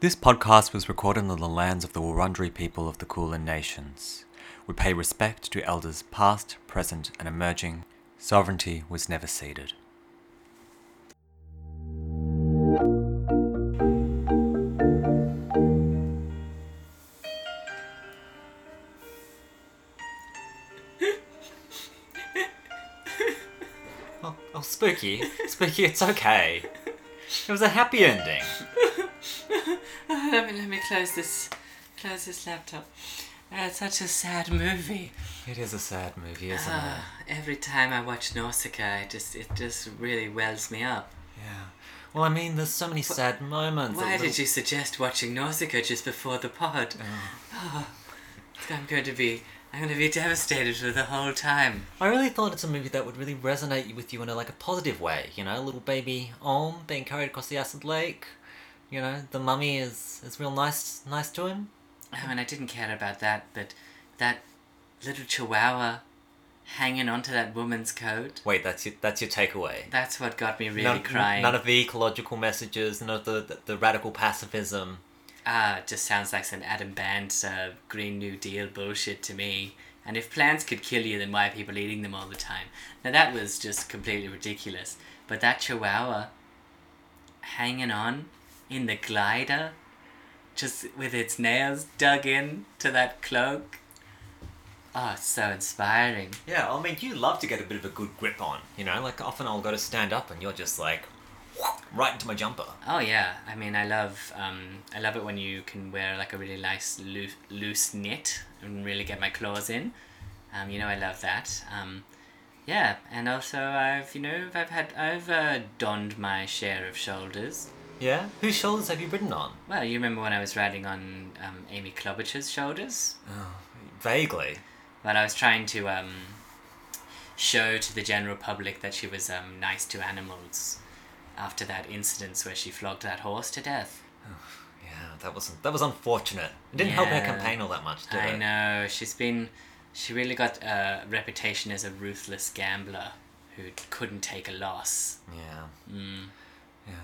This podcast was recorded on the lands of the Wurundjeri people of the Kulin Nations. We pay respect to elders past, present, and emerging. Sovereignty was never ceded. Oh, oh, spooky, spooky, it's okay. It was a happy ending. let me let me close this close this laptop. Uh, it's such a sad movie. It is a sad movie, isn't Uh, every time I watch Nausicaa, it just it just really wells me up. it? Yeah. Well, I mean, there's so many sad moments. Why did you suggest watching Nausicaa just before the pod? Oh, I'm going to be I'm going to be devastated for the whole time. I really thought it's a movie that would really resonate with you in a like a positive way. You know, little baby Om being carried across the acid lake. You know, the mummy is is real nice nice to him. I mean, Oh, I didn't care about that, but that little chihuahua hanging onto that woman's coat. Wait, that's your, that's your takeaway. That's what got me really none, crying. None of the ecological messages, none of the, the, the radical pacifism. Ah, it just sounds like some Adam Band's uh, Green New Deal bullshit to me. And if plants could kill you, then why are people eating them all the time? Now that was just completely ridiculous. But that chihuahua hanging on in the glider, just with its nails dug in to that cloak. Oh, it's so inspiring. Yeah, I mean, you love to get a bit of a good grip on. You know, like often I'll go to stand up and you're just like, right into my jumper. Oh yeah, I mean, I love, um, I love it when you can wear like a really nice loose, loose knit and really get my claws in. Um, you know, I love that. Um, yeah, and also I've, you know, I've had, I've uh, donned my share of shoulders. Yeah. Whose shoulders have you ridden on? Well, you remember when I was riding on um, Amy Klobuchar's shoulders? Vaguely. Well, I was trying to um, show to the general public that she was um, nice to animals after that incident where she flogged that horse to death. Yeah, that wasn't that was unfortunate. It didn't help her Yeah. campaign all that much, did I it? know. She's been. She really got a reputation as a ruthless gambler who couldn't take a loss. Yeah. Mm. Yeah.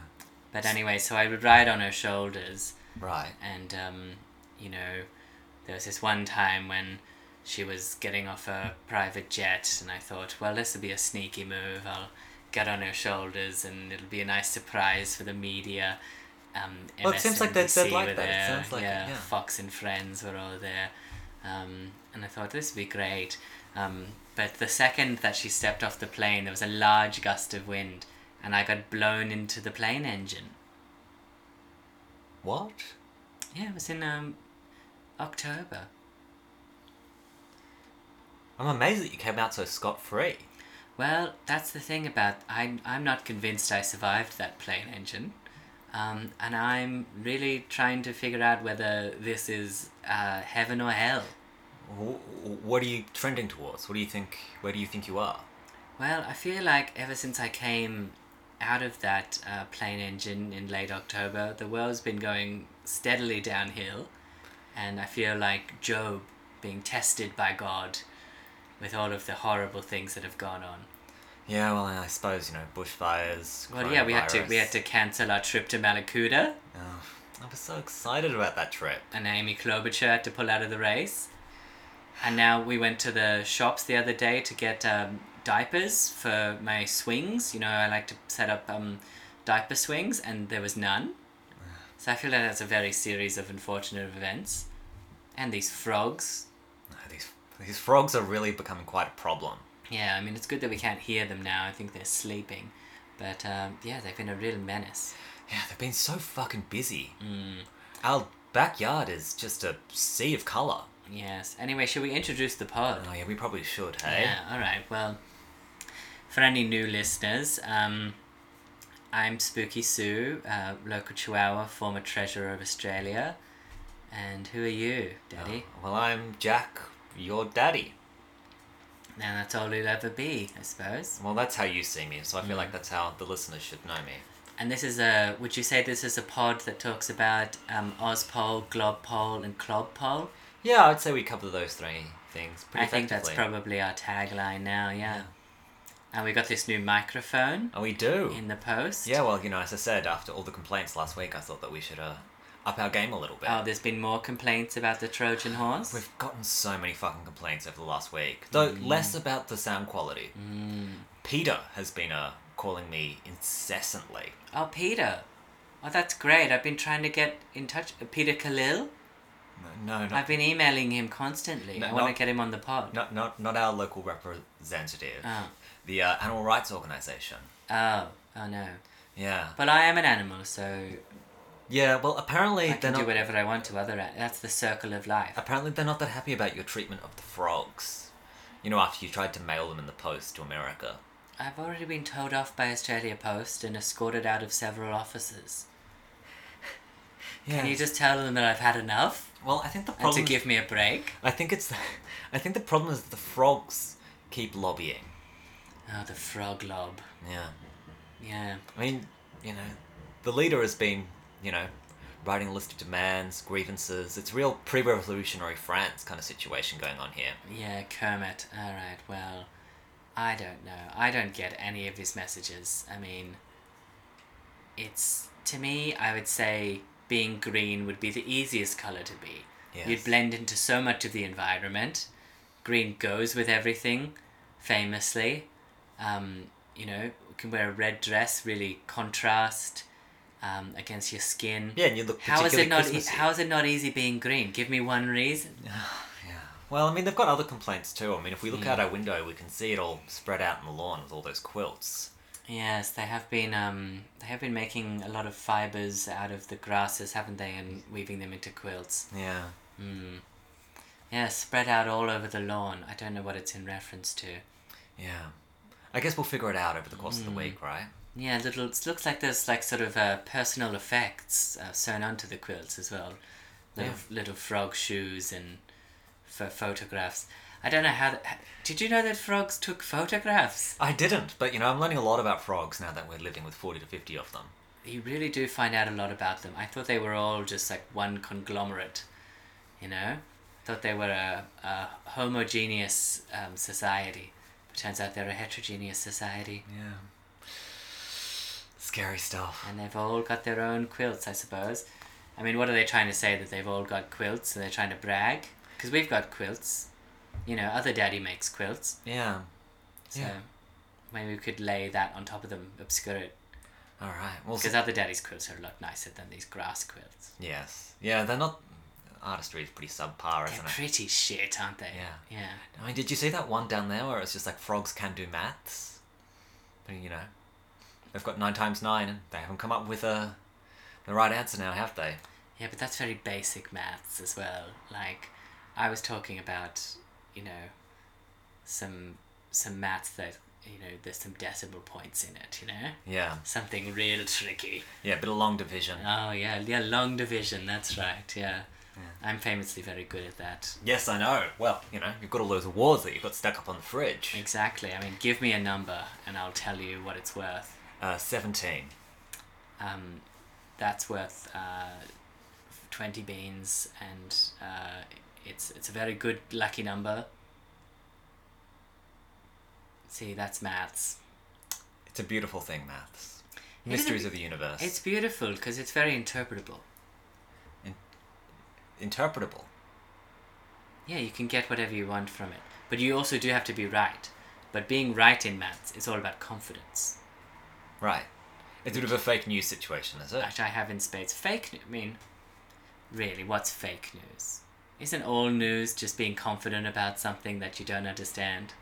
But anyway, so I would ride on her shoulders, Right. and, um, you know, there was this one time when she was getting off a private jet, and I thought, well, this will be a sneaky move. I'll get on her shoulders, and it'll be a nice surprise for the media. Um, Well, it seems like they'd- they'd MSNBC like were that. It there, sounds like it, yeah, yeah. Fox and Friends were all there. Um, and I thought this would be great. Um, but the second that she stepped off the plane, there was a large gust of wind, and I got blown into the plane engine. What? Yeah, it was in um, October. I'm amazed that you came out so scot free. Well, that's the thing about I'm I'm not convinced I survived that plane engine, um, and I'm really trying to figure out whether this is uh, heaven or hell. What are you trending towards? What do you think? Where do you think you are? Well, I feel like ever since I came out of that uh, plane engine in late October, the world's been going steadily downhill, and I feel like Job being tested by God, with all of the horrible things that have gone on. Yeah, well, I suppose you know bushfires. Well, yeah, we had to we had to cancel our trip to Malakuta. Oh, I was so excited about that trip. and Amy Klobuchar had to pull out of the race. And now we went to the shops the other day to get um, diapers for my swings. You know, I like to set up um, diaper swings, and there was none. So I feel like that's a very series of unfortunate events. And these frogs. No, these these frogs are really becoming quite a problem. Yeah, I mean, it's good that we can't hear them now. I think they're sleeping. But um, yeah, they've been a real menace. Yeah, they've been so fucking busy. Mm. Our backyard is just a sea of color. Yes. Anyway, should we introduce the pod? Oh yeah, we probably should. Hey. Yeah, all right. Well, for any new listeners, um, I'm Spooky Sue, uh, local Chihuahua, former treasurer of Australia. And who are you, Daddy? Well, I'm Jack, your daddy. Oh. Now that's all you'll ever be, I suppose. Well, that's how you see me, so I feel Mm. like that's how the listeners should know me. And this is a, would you say this is a pod that talks about um, Ozpol, Globpol, and Clobpol? Yeah, I'd say we cover those three things pretty I think that's effectively. probably our tagline now, yeah. And we got this new microphone Oh, we do. in the post. Yeah, well, you know, as I said, after all the complaints last week, I thought that we should uh, up our game a little bit. Oh, there's been more complaints about the Trojan horse. We've gotten so many fucking complaints over the last week, though Mm. less about the sound quality. Peter has been uh, calling me incessantly. Oh, Peter. Oh, that's great. I've been trying to get in touch. Uh, Peter Khalil. No, not, I've been emailing him constantly. No, I want to not- get him on the pod. not, not, not our local representative, Oh. the uh, animal rights organization. Oh. Oh no. Yeah. But I am an animal, so Yeah, well, apparently I they're can not. do whatever I want to other. an- That's the circle of life. Apparently, they're not that happy about your treatment of the frogs. You know, after you tried to mail them in the post to America. I've already been towed off by Australia Post and escorted out of several offices. Yeah. Can you just tell them that I've had enough Well, I think the and problem. to give me a break? I think it's. I think the problem is that the frogs keep lobbying. Oh, the frog lob. Yeah. Yeah. I mean, you know, the leader has been, you know, writing a list of demands, grievances. It's real pre-revolutionary France kind of situation going on here. Yeah, Kermit. All right. Well, I don't know. I don't get any of his messages. I mean, it's to me. I would say being green would be the easiest color to be. Yes. You'd blend into so much of the environment. Green goes with everything, famously. Um, you know, you can wear a red dress, really contrast um, against your skin. Yeah, and you look How is particularly it not? E- Christmassy. how is it not easy being green? Give me one reason. Yeah. Well, I mean, they've got other complaints too. I mean, if we look out our window, we can see it all spread out in the lawn with all those quilts. Yes, they have been. Um, they have been making a lot of fibers out of the grasses, haven't they, and weaving them into quilts. Yeah. Yeah, spread out all over the lawn. I don't know what it's in reference to. Yeah. I guess we'll figure it out over the course of the week, right? Yeah, little. It looks like there's like sort of uh, personal effects uh, sewn onto the quilts as well. Little little frog shoes and for photographs. I don't know how. th- Did you know that frogs took photographs? I didn't, but you know, I'm learning a lot about frogs now that we're living with 40 to 50 of them. You really do find out a lot about them. I thought they were all just like one conglomerate, you know? Thought they were a, a homogeneous um, society. But turns out they're a heterogeneous society. Yeah. Scary stuff. And they've all got their own quilts, I suppose. I mean, what are they trying to say? That they've all got quilts and they're trying to brag? Because we've got quilts. You know, other daddy makes quilts. Yeah. So Yeah. maybe we could lay that on top of them, obscure it. All right. Well, s- Because other daddy's quilts are a lot nicer than these grass quilts. yes. Yeah, they're not. Artistry is pretty subpar, isn't They're it? pretty shit, aren't they? Yeah. Yeah. I mean, did you see that one down there where it's just like frogs can do maths? I mean, you know, they've got nine times nine and they haven't come up with a, the right answer now, have they? Yeah, but that's very basic maths as well. Like, I was talking about, you know, some some maths that you know there's some decimal points in it. You know, Yeah. something real tricky. Yeah, bit of long division. Oh yeah, yeah, long division. That's right. Yeah. I'm famously very good at that. Yes, I know. Well, you know, you've got all those awards that you've got stuck up on the fridge. Exactly. I mean, give me a number and I'll tell you what it's worth. Uh, 17. Um, that's worth uh, twenty beans, and uh, it's it's a very good lucky number. See, that's maths. It's a beautiful thing, maths. is a Mysteries b- of the universe. It's beautiful because it's very interpretable. interpretable. Yeah, you can get whatever you want from it, but you also do have to be right. But being right in maths is all about confidence, Right. It's a bit of a fake news situation, is it? which I have in spades. Fake, nu- I mean, really, what's fake news? Isn't all news just being confident about something that you don't understand?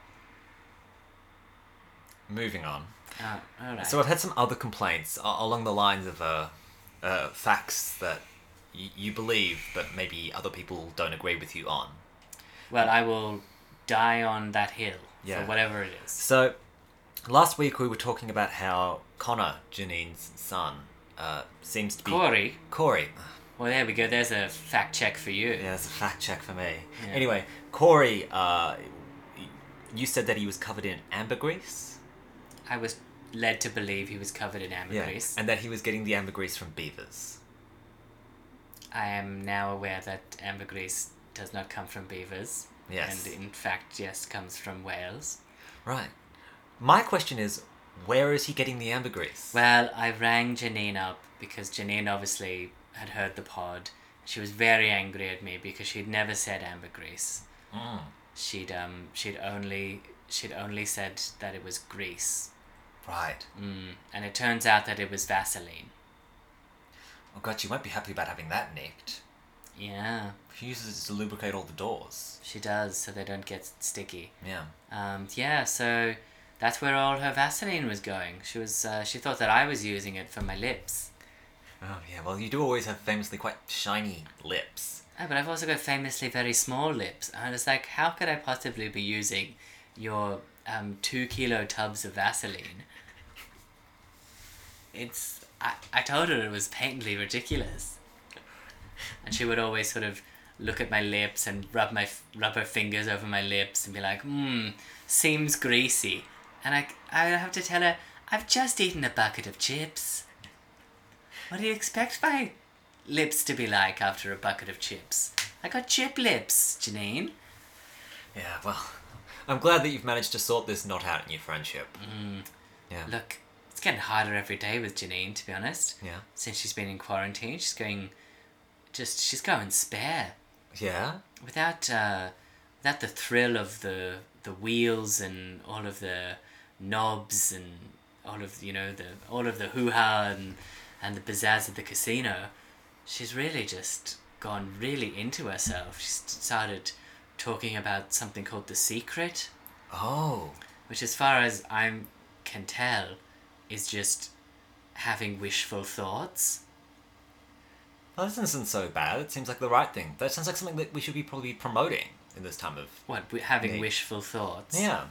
Moving on. Oh, all right. So I've had some other complaints a- along the lines of uh, uh, facts that y- you believe, but maybe other people don't agree with you on. Well, I will die on that hill Yeah. for whatever it is. So, last week we were talking about how Connor, Janine's son, uh, seems to be Corey, Corey. well, there we go. There's a fact check for you. Yeah, that's a fact check for me. Yeah. Anyway, Corey, uh, you said that he was covered in ambergris. I was led to believe he was covered in ambergris. And that he was getting the ambergris from beavers. I am now aware that ambergris does not come from beavers. Yes. And in fact, yes, comes from whales. Right. My question is, where is he getting the ambergris? Well, I rang Janine up because Janine obviously had heard the pod. She was very angry at me because she'd never said ambergris. Mm. She'd um she'd only she'd only said that it was grease. Right. Mm. And it turns out that it was Vaseline. Oh god, you won't be happy about having that nicked. Yeah, She uses it to lubricate all the doors. she does so they don't get sticky. Yeah. Um, yeah, so that's where all her Vaseline was going. She was uh, she thought that I was using it for my lips. Oh yeah. Well, you do always have famously quite shiny lips. Oh, but I've also got famously very small lips. And I was like, how could I possibly be using your um, two kilo tubs of Vaseline? It's. I, I told her it was patently ridiculous. And she would always sort of look at my lips and rub my f- rub her fingers over my lips and be like, hmm, seems greasy. And I, I have to tell her, I've just eaten a bucket of chips. What do you expect my lips to be like after a bucket of chips. I got chip lips, Janine. Yeah. Well, I'm glad that you've managed to sort this knot out in your friendship. Mm. Yeah. Look, it's getting harder every day with Janine, to be honest. Yeah. Since she's been in quarantine, she's going just she's going spare. Yeah. Without uh without the thrill of the the wheels and all of the knobs and all of you know, the all of the hoo ha and and the pizzazz of the casino, she's really just gone really into herself. She's started talking about something called the secret. Oh. which as far as I can tell is just having wishful thoughts. Well, this isn't so bad. It seems like the right thing. That sounds like something that we should be probably promoting in this time of. What, wi- having Yeah. wishful thoughts? Yeah.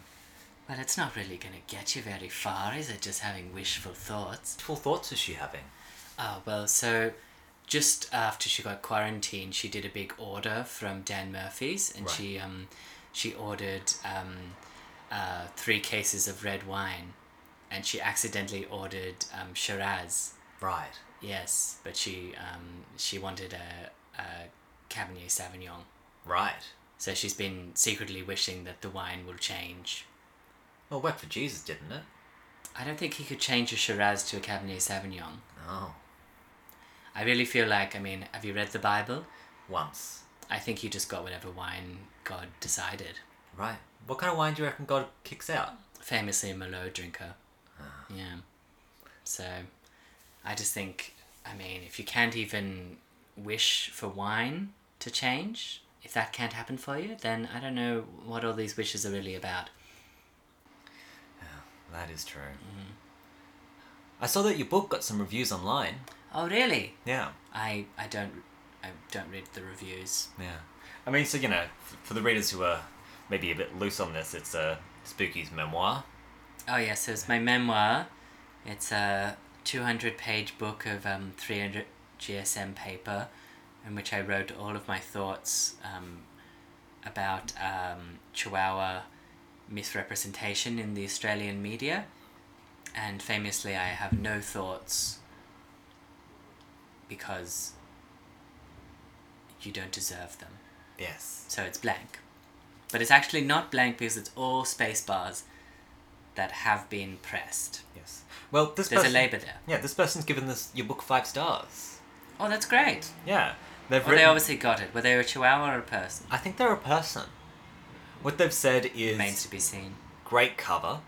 Well, it's not really going to get you very far, is it? Just having wishful thoughts. What full thoughts is she having? Oh, well, so just after she got quarantined, she did a big order from Dan Murphy's and Right. she um she ordered um uh, three cases of red wine and she accidentally ordered um, Shiraz. Right. Yes, but she um she wanted a, a Cabernet Sauvignon. Right. So she's been secretly wishing that the wine will change. Well, it worked for Jesus, didn't it? I don't think he could change a Shiraz to a Cabernet Sauvignon. Oh. I really feel like I mean, have you read the Bible? Once. I think he just got whatever wine God decided. Right. What kind of wine do you reckon God kicks out? Famously a Merlot drinker. Yeah. So I just think I mean, if you can't even wish for wine to change, if that can't happen for you, then I don't know what all these wishes are really about. That is true. Mm-hmm. I saw that your book got some reviews online. Oh really? Yeah. I I don't I don't read the reviews. Yeah. I mean, so, you know, f- for the readers who are maybe a bit loose on this, it's uh, Spooky's memoir. Oh yes, so it's my memoir. It's a two hundred page book of um three hundred GSM paper, in which I wrote all of my thoughts um, about um, Chihuahua misrepresentation in the Australian media, and famously I have no thoughts because you don't deserve them. Yes. so it's blank. But it's actually not blank because it's all space bars that have been pressed. Yes. Well, this There's a person- labour there. Yeah, this person's given this your book five stars. Oh, that's great. Yeah. They've Well, they obviously got it. Were they a chihuahua or a person? I think they're a person. What they've said is Remains to be seen. great cover.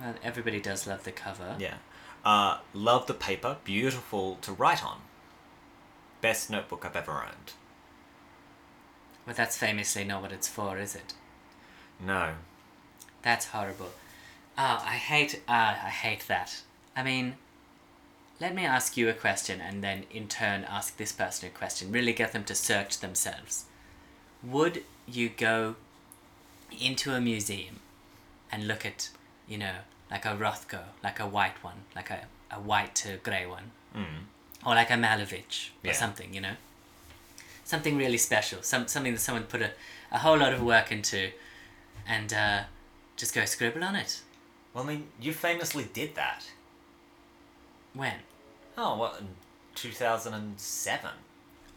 Well, everybody does love the cover. Yeah. Uh, love the paper. Beautiful to write on. Best notebook I've ever owned. Well, that's famously not what it's for, is it? No. That's horrible. Ah, I hate. Ah, I hate that. I mean, let me ask you a question, and then in turn ask this person a question. Really get them to search themselves. Would you go into a museum and look at, you know, like a Rothko, like a white one, like a, a white to grey one, mm. or like a Malevich or Yeah. something, you know? Something really special, some, something that someone put a, a whole lot of work into, and uh, just go scribble on it. Well, I mean, you famously did that. When? Oh, what? In 2007.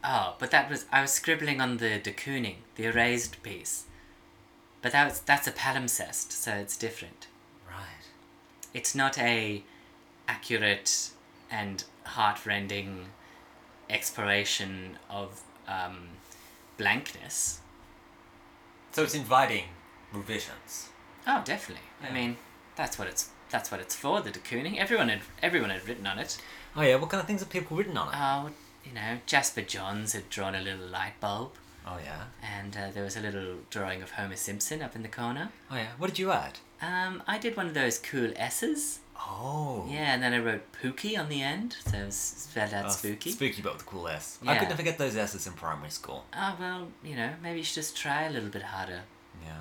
Oh, but that was I was scribbling on the de Kooning, the erased piece. But that was, that's a palimpsest, so it's different. Right. It's not a accurate and heartrending exploration of um, blankness. So it's inviting revisions. Oh, definitely. I Yeah. mean, that's what it's that's what it's for. The Dacuni. Everyone had everyone had written on it. Oh yeah, what kind of things have people written on it? Oh, you know, Jasper Johns had drawn a little light bulb, oh yeah. and uh, there was a little drawing of Homer Simpson up in the corner. Oh yeah. What did you add? Um, I did one of those cool S's. Oh. Yeah, and then I wrote Pookie on the end, so it was spelled out Oh, spooky. Spooky, but with a cool S. I could Yeah. never get those S's in primary school. oh well, you know, maybe you should just try a little bit harder. Yeah.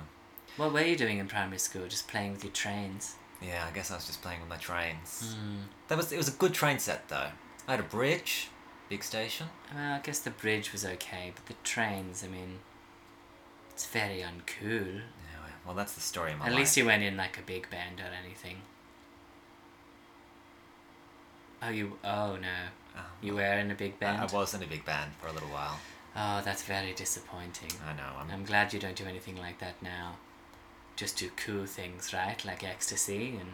What were you doing in primary school? Just playing with your trains. Yeah, I guess I was just playing with my trains. Hmm. That was it was a good train set though. I had a bridge, big station. Well, I guess the bridge was okay, but the trains, I mean, it's very uncool. Anyway, well that's the story of my At life. least you went in like a big band or anything. Oh, you. Oh, no. Oh. You were in a big I, I band? was in a big band for a little while. Oh, that's very disappointing. I know. I'm, I'm glad you don't do anything like that now. Just do cool things, right? Like ecstasy and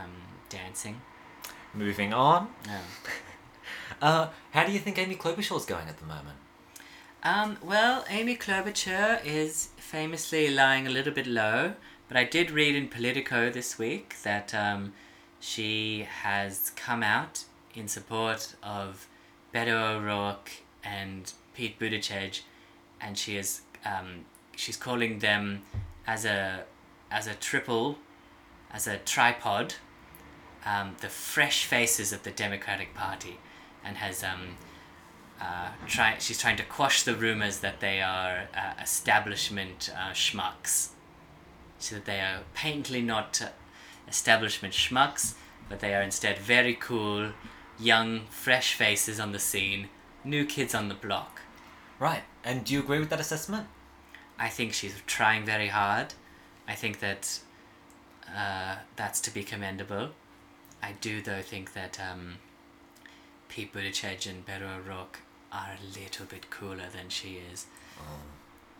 um, dancing. Um, moving on. No. Uh, how do you think Amy Klobuchar's going at the moment? Um, well, Amy Klobuchar is famously lying a little bit low, but I did read in Politico this week that um, she has come out in support of Beto O'Rourke and Pete Buttigieg, and she is um, she's calling them as a as a triple, as a tripod, um, the fresh faces of the Democratic Party, and has um, uh, try, she's trying to quash the rumors that they are uh, establishment uh, schmucks. So that they are painfully not uh, establishment schmucks, but they are instead very cool, young, fresh faces on the scene, new kids on the block. Right. And do you agree with that assessment? I think she's trying very hard. I think that uh, that's to be commendable. I do, though, think that um, Pete Buttigieg and Beto O'Rourke are a little bit cooler than she is.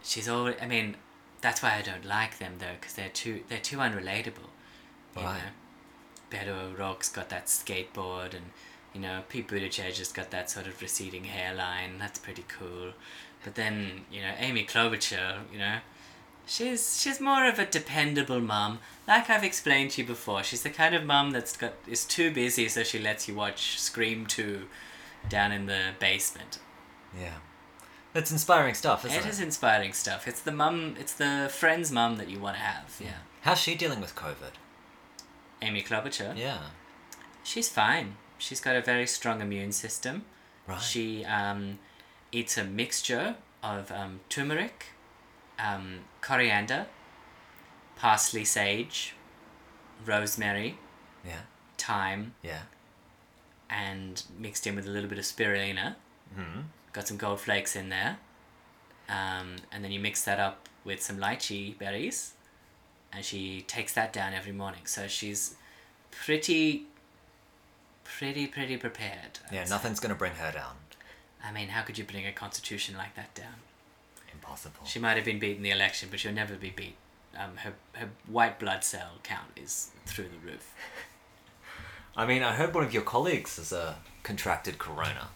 She's all. I mean, that's why I don't like them though, because they're too they're too unrelatable. You Right. know? Beto O'Rourke's got that skateboard, and you know Pete Buttigieg has got that sort of receding hairline. That's pretty cool. But then you know Amy Klobuchar, you know, she's she's more of a dependable mum. Like I've explained to you before, she's the kind of mum that's got is too busy, so she lets you watch Scream Two down in the basement. Yeah. That's inspiring stuff, isn't It it? is inspiring stuff. It's the mum. It's the friend's mum that you want to have. Yeah. How's she dealing with COVID? Amy Klobuchar. Yeah. She's fine. She's got a very strong immune system. Right. She um, eats a mixture of um, turmeric, um, coriander, parsley, sage, rosemary, Yeah. thyme, Yeah. and mixed in with a little bit of spirulina. Hmm. Got some gold flakes in there. Um, and then you mix that up with some lychee berries. And she takes that down every morning. So she's pretty, pretty, pretty prepared. I Yeah. would say. Nothing's gonna bring her down. I mean, how could you bring a constitution like that down? Impossible. She might have been beaten the election, but she'll never be beat. Um, her, her white blood cell count is through the roof. I mean, I heard one of your colleagues has uh, contracted corona.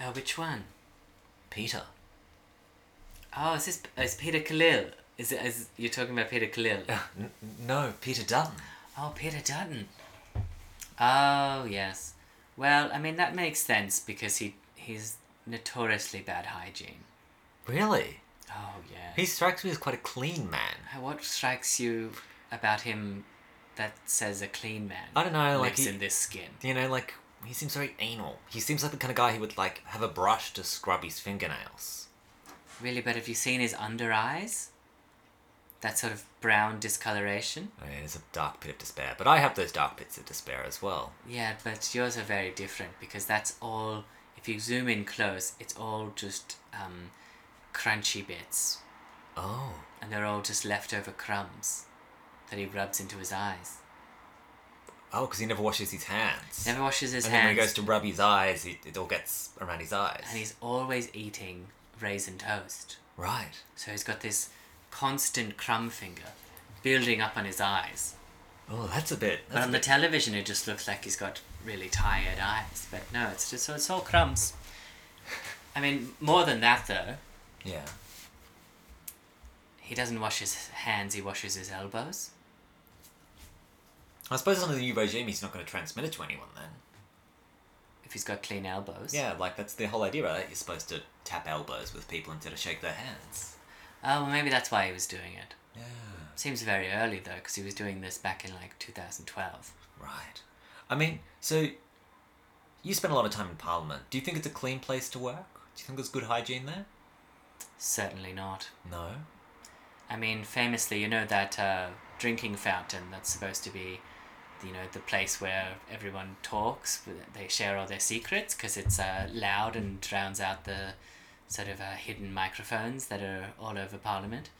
Oh, which one? Peter. Oh, is this is Peter Khalil? Is it? Is you're talking about Peter Khalil? N- no, Peter Dutton. Oh, Peter Dutton. Oh, yes. Well, I mean, that makes sense because he he's notoriously bad hygiene. Really? Oh, yeah. He strikes me as quite a clean man. Uh, What strikes you about him that says a clean man I don't know, like lives he- in this skin? You know, like he seems very anal. He seems like the kind of guy who would like have a brush to scrub his fingernails. Really, but have you seen his under eyes? That sort of brown discoloration? I mean, it's a dark pit of despair, but I have those dark pits of despair as well. Yeah, but yours are very different because that's all. If you zoom in close, it's all just um, crunchy bits, Oh, and they're all just leftover crumbs that he rubs into his eyes. oh, because he never washes his hands. Never washes his and then when hands, he goes to rub his eyes, it, it all gets around his eyes. and he's always eating raisin toast. right. So he's got this constant crumb finger building up on his eyes. Oh, that's a bit. But That's a on the bit television, it just looks like he's got really tired eyes. But no, it's just so it's all crumbs. I mean, more than that though, Yeah. he doesn't wash his hands. He washes his elbows. I suppose under the new regime, he's not going to transmit it to anyone then. If he's got clean elbows. Yeah, like that's the whole idea, right? You're supposed to tap elbows with people instead of shake their hands. Oh, well, maybe that's why he was doing it. Yeah. Seems very early though, because he was doing this back in like 2012. Right. I mean, so you spend a lot of time in Parliament. Do you think it's a clean place to work? Do you think there's good hygiene there? Certainly not. No. I mean, famously, you know that uh, drinking fountain that's supposed to be, you know, the place where everyone talks, but they share all their secrets because it's uh, loud and drowns out the sort of uh, hidden microphones that are all over Parliament.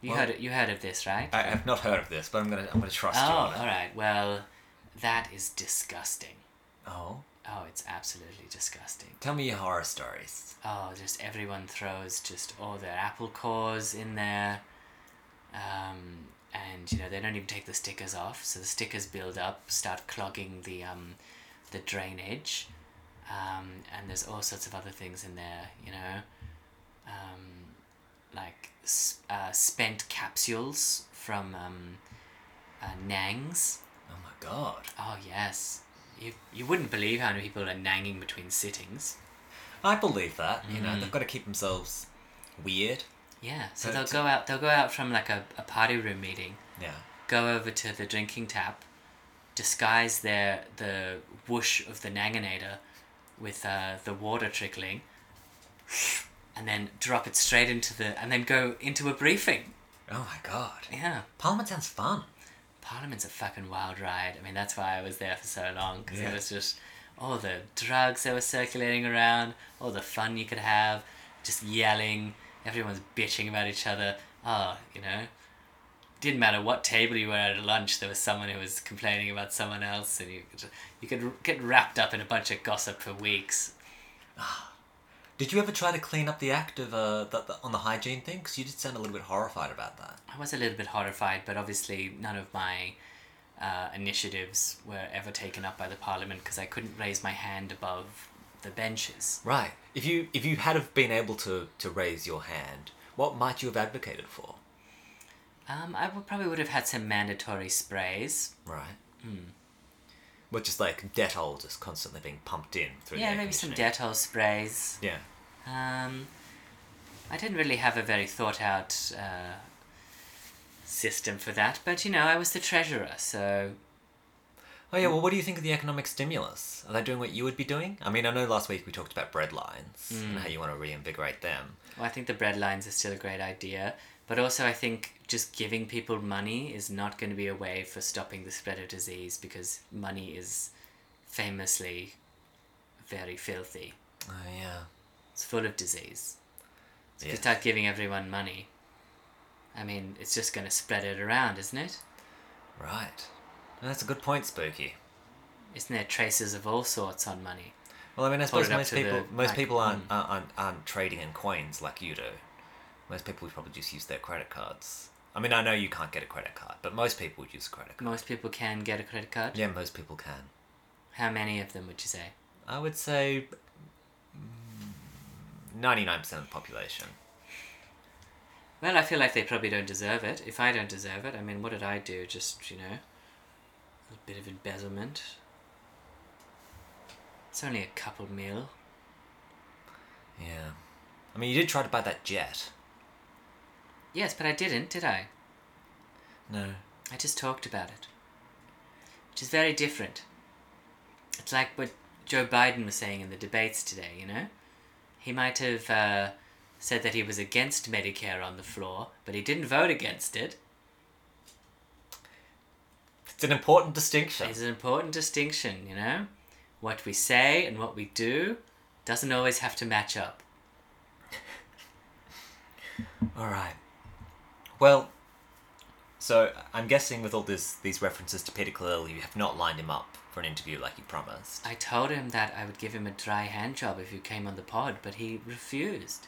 You Well- heard it, you heard of this, right? I have not heard of this, but I'm gonna I'm gonna trust you oh, on it. all right. Well, that is disgusting. Oh, Oh, it's absolutely disgusting. tell me your horror stories. Oh, just everyone throws just all their apple cores in there. Um, and you know they don't even take the stickers off, so the stickers build up, start clogging the um, the drainage, um, and there's all sorts of other things in there, you know, um, like s- uh, spent capsules from um, uh, Nangs. Oh my god. Oh yes, you you wouldn't believe how many people are nanging between sittings. I believe that. You know, they've got to keep themselves weird. Yeah, so Uh, they'll to- go out. They'll go out from like a, a party room meeting, Yeah. go over to the drinking tap, disguise their the whoosh of the nanganator with uh, the water trickling, and then drop it straight into the and then go into a briefing. Oh my god. Yeah, Parliament sounds fun. Parliament's a fucking wild ride. I mean, that's why I was there for so long because Yeah. it was just all the drugs that were circulating around, all the fun you could have, just yelling, everyone's bitching about each other. Oh, you know, didn't matter what table you were at at lunch, there was someone who was complaining about someone else, and you could, you could get wrapped up in a bunch of gossip for weeks. Did you ever try to clean up the act of uh the, the, on the hygiene thing? Because you did sound a little bit horrified about that. I was a little bit horrified, but obviously none of my uh, initiatives were ever taken up by the parliament because I couldn't raise my hand above the benches. Right. If you if you had have been able to to raise your hand, what might you have advocated for? Um, I would probably would have had some mandatory sprays. Right. Hmm. Well, just like Dettol just constantly being pumped in through the Yeah, air maybe some conditioning. Dettol sprays. Yeah. Um, I didn't really have a very thought out uh, system for that, but you know, I was the treasurer, so Oh yeah. Well, what do you think of the economic stimulus? Are they doing what you would be doing? I mean, I know last week we talked about bread lines and how you want to reinvigorate them. Well, I think the bread lines are still a great idea, but also I think just giving people money is not going to be a way for stopping the spread of disease because money is famously very filthy. Oh yeah. It's full of disease. So If Yeah. you start giving everyone money, I mean, it's just going to spread it around, isn't it? Right. Well, that's a good point, Spooky. Isn't there traces of all sorts on money? Well, I mean, I suppose it up most to the- Hmm. people most like, people aren't, aren't aren't aren't trading in coins like you do. Most people would probably just use their credit cards. I mean, I know you can't get a credit card, but most people would use a credit card. Most people can get a credit card. Yeah, most people can. How many of them would you say? I would say ninety nine percent of the population. Well, I feel like they probably don't deserve it. If I don't deserve it, I mean, what did I do? Just, you know, a bit of embezzlement. It's only a couple mil. Yeah. I mean, you did try to buy that jet. Yes, but I didn't, did I? No. I just talked about it. Which is very different. It's like what Joe Biden was saying in the debates today, you know? He might have uh, said that he was against Medicare on the floor, but he didn't vote against it. It's an important distinction. It's an important distinction, you know? What we say and what we do doesn't always have to match up. All right. Well, so I'm guessing with all this these references to Peter Clearly, you have not lined him up for an interview like you promised. I told him that I would give him a dry hand job if you came on the pod, but he refused.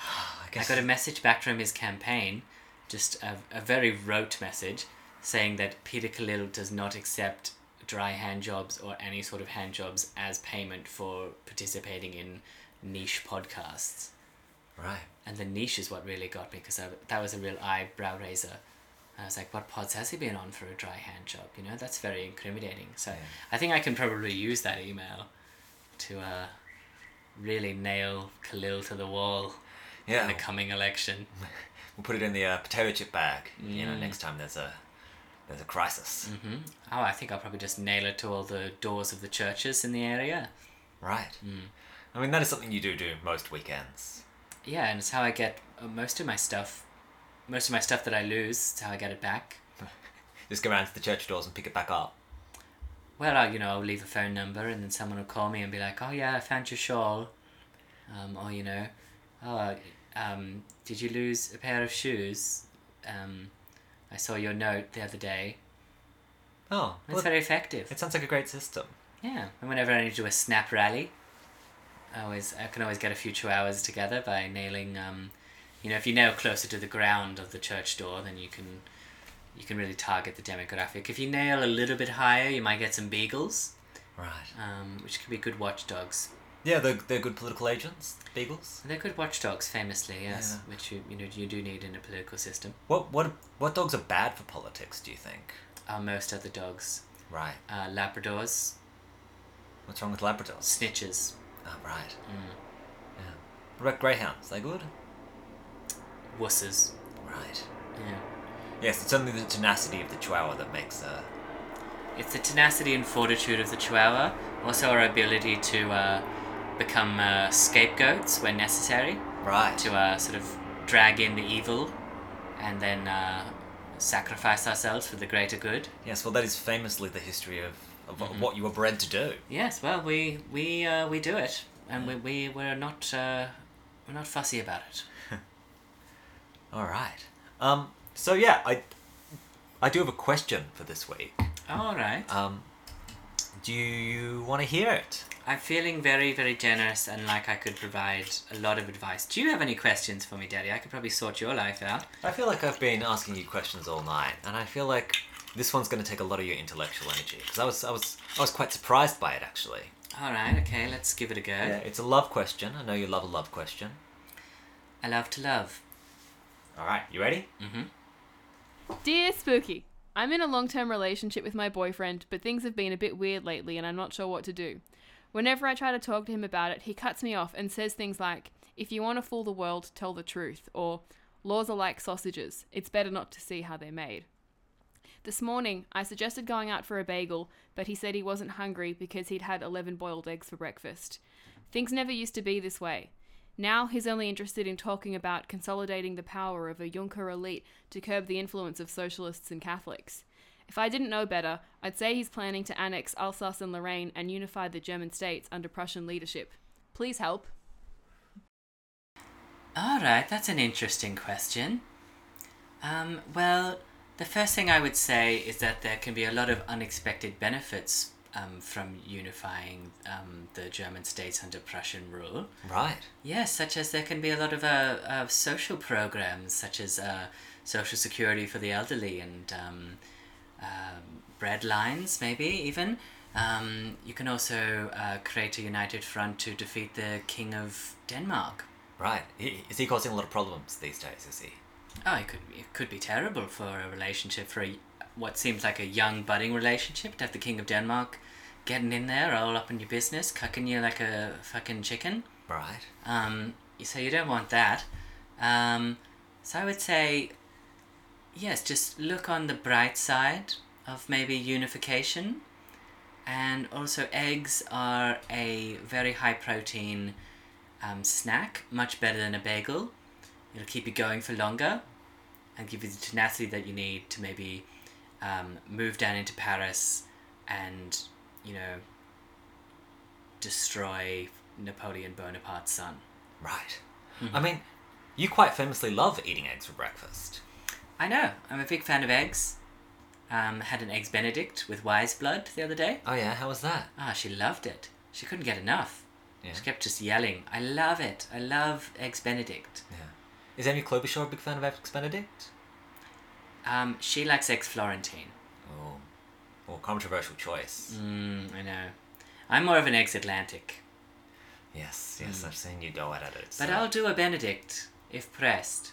I I guess. got a message back from his campaign, just a, a very rote message, saying that Peter Khalil does not accept dry hand jobs or any sort of hand jobs as payment for participating in niche podcasts. Right. And the niche is what really got me because that was a real eyebrow raiser. And I was like, what pods has he been on for a dry hand job? You know, that's very intimidating. So Yeah. I think I can probably use that email to uh, really nail Khalil to the wall Yeah. in the coming election. We'll put it in the uh, potato chip bag. You know, Mm. next time there's a there's a crisis. hmm Oh, I think I'll probably just nail it to all the doors of the churches in the area. Right. I mean, that is something you do do most weekends. Yeah, and it's how I get uh, most of my stuff. Most of my stuff that I lose, it's how I get it back. Just go round to the church doors and pick it back up. Well, I, you know, I'll leave a phone number and then someone will call me and be like, oh, yeah, I found your shawl. Um, or, you know, oh, um, did you lose a pair of shoes? Um, I saw your note the other day. Oh, It's well, very effective. it sounds like a great system. Yeah, and whenever I need to do a snap rally, I always I can always get a few two hours together by nailing. Um, you know, if you nail closer to the ground of the church door, then you can you can really target the demographic. If you nail a little bit higher, you might get some beagles, Right. um, which can be good watchdogs. Yeah, they're, they're good political agents, beagles. They're good watchdogs, famously, yes, Yeah. which you you know you do need in a political system. What what what dogs are bad for politics? Do you think? Are Uh, most other dogs Right. uh, Labradors, What's wrong with Labradors? snitches. Oh, right. Mm. Yeah. What about greyhounds? They good? Wusses. Right. Yeah. Yes, it's only the tenacity of the Chihuahua that makes uh, a. It's the tenacity and fortitude of the Chihuahua, also our ability to uh, become uh, scapegoats when necessary, Right. to uh, sort of drag in the evil and then uh, sacrifice ourselves for the greater good. Yes, well, that is famously the history of, of Mhm. what you were bred to do. Yes, well, we we uh, we do it, and we, we we're not uh, we're not fussy about it. All right. Um, so yeah, I I do have a question for this week. All right, Um, do you want to hear it? I'm feeling very very generous and like I could provide a lot of advice. Do you have any questions for me, Daddy? I could probably sort your life out. I feel like I've been asking you questions all night, and I feel like this one's going to take a lot of your intellectual energy because I was I was I was quite surprised by it actually. All right, okay, let's give it a go. It's a love question. I know you love a love question. I love to love. All right, you ready? Dear Spooky, I'm in a long term relationship with my boyfriend, but things have been a bit weird lately and I'm not sure what to do. Whenever I try to talk to him about it, he cuts me off and says things like, If you want to fool the world, tell the truth, or Laws are like sausages, it's better not to see how they're made. This morning, I suggested going out for a bagel, but he said he wasn't hungry because he'd had 11 boiled eggs for breakfast. Things never used to be this way. Now he's only interested in talking about consolidating the power of a Juncker elite to curb the influence of socialists and Catholics. If I didn't know better, I'd say he's planning to annex Alsace and Lorraine and unify the German states under Prussian leadership. Please help. All right, that's an interesting question. Um, well, the first thing I would say is that there can be a lot of unexpected benefits um, from unifying um, the German states under Prussian rule. Right. Yes, such as there can be a lot of uh, uh, social programs, such as uh, social security for the elderly and um, um bread lines, maybe even. Um, you can also uh, create a united front to defeat the King of Denmark. Right. He, is he causing a lot of problems these days? Is he? Oh, it could it could be terrible for a relationship for a, what seems like a young budding relationship to have the King of Denmark getting in there, all up in your business, cucking you like a fucking chicken. Right. Um, so you don't want that. Um, so I would say, yes, just look on the bright side of maybe unification. And also, eggs are a very high protein um, snack, much better than a bagel. It'll keep you going for longer and give you the tenacity that you need to maybe um, move down into Paris and, you know, destroy Napoleon Bonaparte's son. Right. Hmm. I mean, you quite famously love eating eggs for breakfast. I know. I'm a big fan of eggs. Um, had an eggs Benedict with Wise Blood the other day. Oh yeah, how was that? Ah, she loved it. She couldn't get enough. Yeah. She kept just yelling, "I love it! I love eggs Benedict." Yeah. Is Amy Klobuchar a big fan of Eggs Benedict? Um, she likes eggs Florentine. Oh. Or controversial choice. Mm, I know. I'm more of an ex-Atlantic, Yes, yes, I've seen you go at it. Mm. uh, but so- I'll do a Benedict if pressed.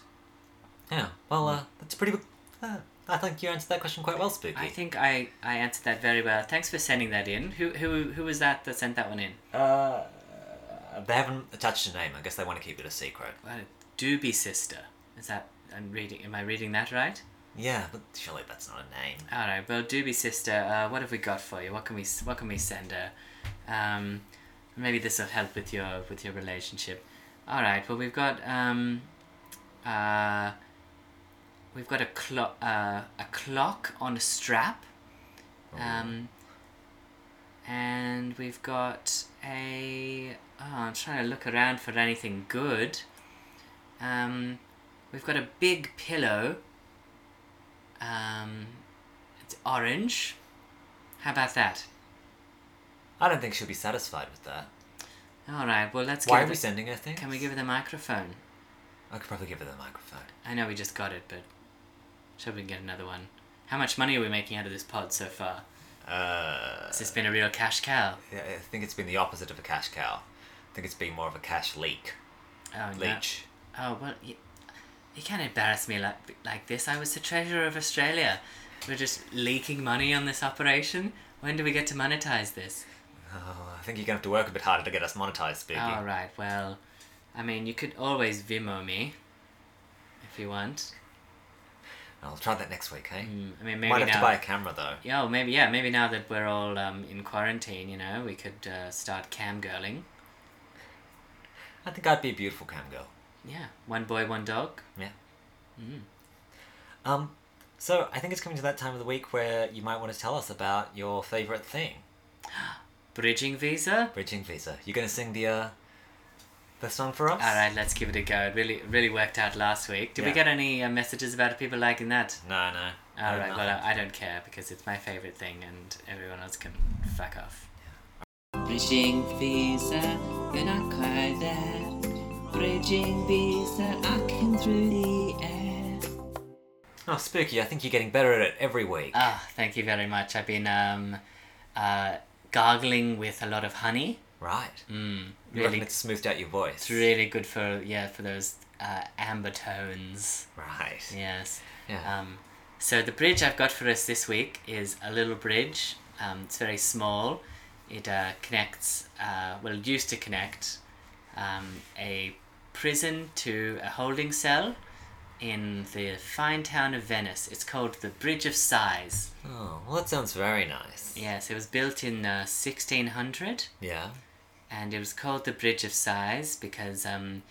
Yeah, well, Mm. uh, that's pretty. Uh, I think you answered that question quite well, Spooky. I think I, I answered that very well. Thanks for sending that in. Who who who was that that sent that one in? Uh, they haven't attached a name. I guess they want to keep it a secret. Well, Doobie Sister. Is that I'm reading? Am I reading that right? Yeah, but surely that's not a name. All right. Well, Doobie Sister. Uh, what have we got for you? What can we s- what can we send her? Um, maybe this will help with your with your relationship. All right. Well, we've got um, uh, we've got a clock uh, a clock on a strap. Um, and we've got a. Oh, I'm trying to look around for anything good. Um, we've got a big pillow. Um, it's orange. How about that? I don't think she'll be satisfied with that. All right. Well, let's. Why give are it we the- sending her things? Can we give her the microphone? I could probably give her the microphone. I know we just got it, but. Should we get another one? How much money are we making out of this pod so far? Uh, Has this been a real cash cow? yeah, I think it's been the opposite of a cash cow. I think it's been more of a cash leak. Oh, no. Leech. Oh well, you, you can't embarrass me like like this. I was the treasurer of Australia. We're just leaking money on this operation. When do we get to monetize this? Oh, I think you're gonna have to work a bit harder to get us monetized, Spooky. All Oh, right. Well, I mean, you could always Vimo me, if you want. I'll try that next week, hey? Mm, I mean, maybe Might have now. to buy a camera though. Yeah, well, maybe yeah, maybe now that we're all um, in quarantine, you know, we could uh, start camgirling. I think I'd be a beautiful cam girl. Yeah, one boy, one dog. Mm. Yeah. Um, so I think it's coming to that time of the week where you might want to tell us about your favorite thing, Bridging visa. bridging visa. You're gonna sing the uh, the song for us. All right, let's give it a go. It really really worked out last week. Did we Yeah. get any uh, messages about people liking that? No, no. All no, right. nothing. Well, uh, I don't care because it's my favorite thing, and everyone else can fuck off. Bridging visa, you're not quite there. Bridging visa, I came through the air. Oh, spooky! I think you're getting better at it every week. Ah, thank you very much. I've been um, uh, gargling with a lot of honey. right. Mm, You reckon really, it's smoothed out your voice. it's really good for yeah for those uh, amber tones. Right. Yes. Yeah. Um, so the bridge I've got for us this week is a little bridge. Um, it's very small. It uh, connects, uh, well, it used to connect um, a prison to a holding cell in the fine town of Venice. It's called the Bridge of Sighs. Oh, well, that sounds very nice. Yes, it was built in uh, 1600 Yeah. and it was called the Bridge of Sighs because um,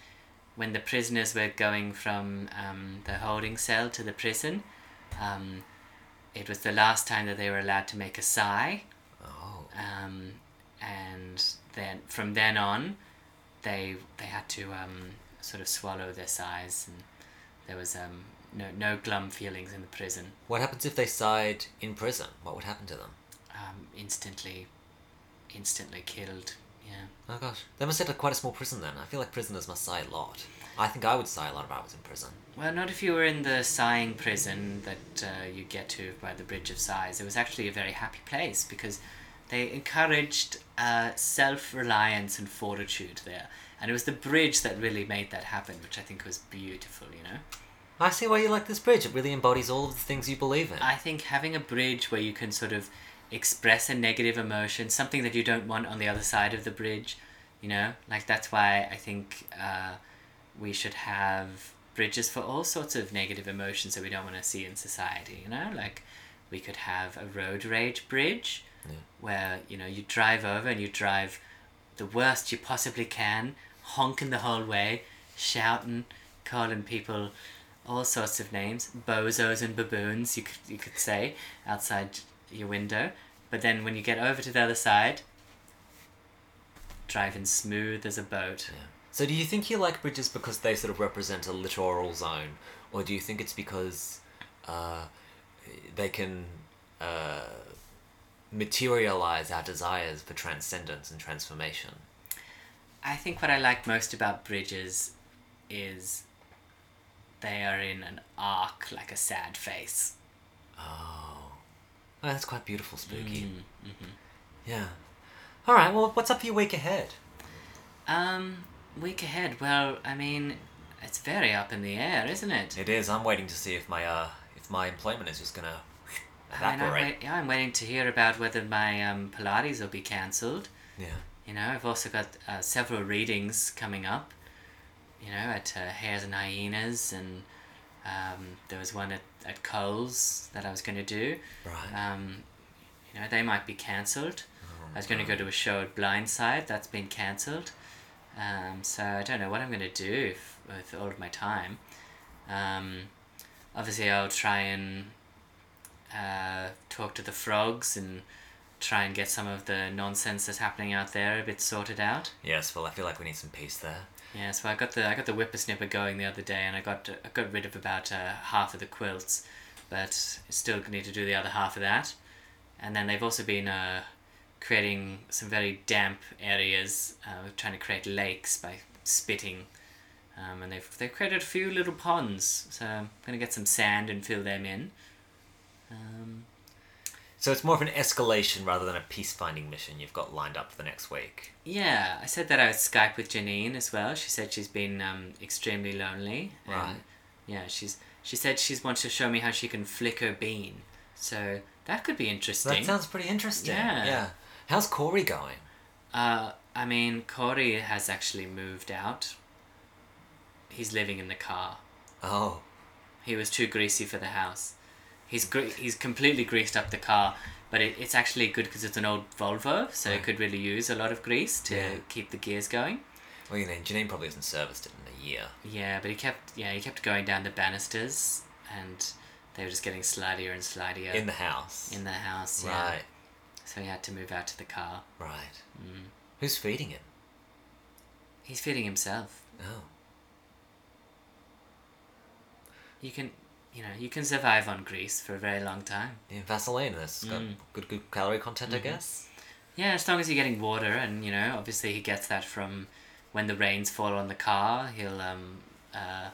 when the prisoners were going from um, the holding cell to the prison, um, it was the last time that they were allowed to make a sigh, Oh. um, and then from then on, they they had to um, sort of swallow their sighs, and there was um, no no glum feelings in the prison What happens if they sighed in prison? What would happen to them? um, instantly, instantly killed. Yeah. Oh gosh, they must have had quite a small prison then. I feel like prisoners must sigh a lot. I think I would sigh a lot if I was in prison. Well, not if you were in the sighing prison that uh, you get to by the Bridge of Sighs. It was actually a very happy place because they encouraged uh, self reliance and fortitude there. And it was the bridge that really made that happen, which I think was beautiful, you know? I see why you like this bridge. It really embodies all of the things you believe in. I think having a bridge where you can sort of express a negative emotion, something that you don't want on the other side of the bridge, you know, like that's why I think uh, we should have bridges for all sorts of negative emotions that we don't want to see in society, you know, like we could have a road rage bridge Yeah. where, you know, you drive over and you drive the worst you possibly can, honking the whole way, shouting, calling people all sorts of names, bozos and baboons, you could, you could say, outside your window. But then when you get over to the other side, driving smooth as a boat. Yeah. So, do you think you like bridges because they sort of represent a littoral zone, or do you think it's because uh, they can uh, materialize our desires for transcendence and transformation? I think what I like most about bridges is they are in an arc like a sad face. Oh, Oh, that's quite beautiful, spooky. mm-hmm. hmm Yeah. All right. Well, what's up for your week ahead? Um, week ahead. Well, I mean, it's very up in the air, isn't it? It is. I'm waiting to see if my uh if my employment is just gonna I mean, I'm, evaporate. wait- yeah, I'm waiting to hear about whether my um, Pilates will be cancelled. Yeah. You know, I've also got uh, several readings coming up. You know, at uh, Hares and Hyenas, and um, there was one at at Coles that I was going to do. Right. Um, you know, they might be cancelled. I was going to go to a show at Blindside that's been cancelled. Um, so I don't know what I'm going to do if, with all of my time. Um, obviously, I'll try and uh, talk to the frogs and try and get some of the nonsense that's happening out there a bit sorted out. Yes. Well, I feel like we need some peace there. Yeah, so I got the I got the whippersnipper going the other day, and I got I got rid of about uh, half of the quilts, but still need to do the other half of that. And then they've also been uh, creating some very damp areas, uh, trying to create lakes by spitting, um, and they've they've created a few little ponds. So I'm gonna get some sand and fill them in. Um, So it's more of an escalation rather than a peace finding mission you've got lined up for the next week. yeah, I said that I would Skype with Janine as well. She said she's been um, extremely lonely. and Right. Yeah, she's she said she's wants to show me how she can flick her bean. So that could be So interesting. that sounds pretty interesting. Yeah. Yeah. How's Corey going? uh, I mean, Corey has actually moved out. He's living in the car. Oh. He was too greasy for the house. He's gre- he's completely greased up the car, but it, it's actually good because it's an old Volvo, so it Right. could really use a lot of grease to Yeah. keep the gears going. Well, you know, Janine probably hasn't serviced it in a year. Yeah, but he kept yeah he kept going down the banisters, and they were just getting slidier and slidier In the house. in the house. Yeah. Right. So he had to move out to the car. Right. Mm. Who's feeding him? He's feeding himself. Oh. You can, you know, you can survive on grease for a very long time. Yeah, Vaseline. That's got good, good calorie content, I guess. Yeah, as long as you're getting water, and you know, obviously he gets that from when the rains fall on the car. He'll, um, uh,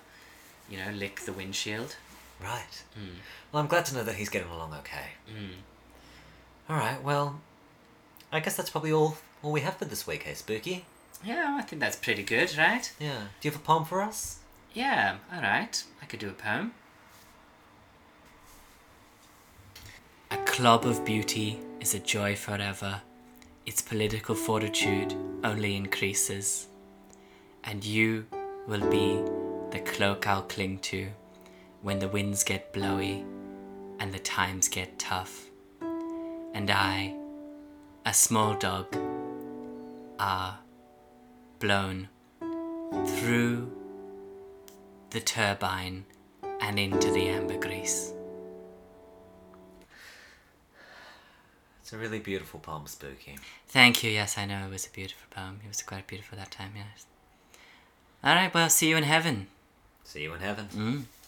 you know, lick the windshield. Right. Well, I'm glad to know that he's getting along okay. Hmm. All right. Well, I guess that's probably all all we have for this week, hey Spooky. Yeah, I think that's pretty good, right? Yeah. Do you have a poem for us? Yeah, all right. I could do a poem. A club of beauty is a joy forever. Its political fortitude only increases. And you will be the cloak I'll cling to when the winds get blowy and the times get tough. And I, a small dog, are blown through the turbine and into the ambergris. It's a really beautiful poem, Spooky. Thank you. Yes, I know it was a beautiful poem. It was quite beautiful that time. Yes. All right. Well, see you in heaven. See you in heaven. Mm.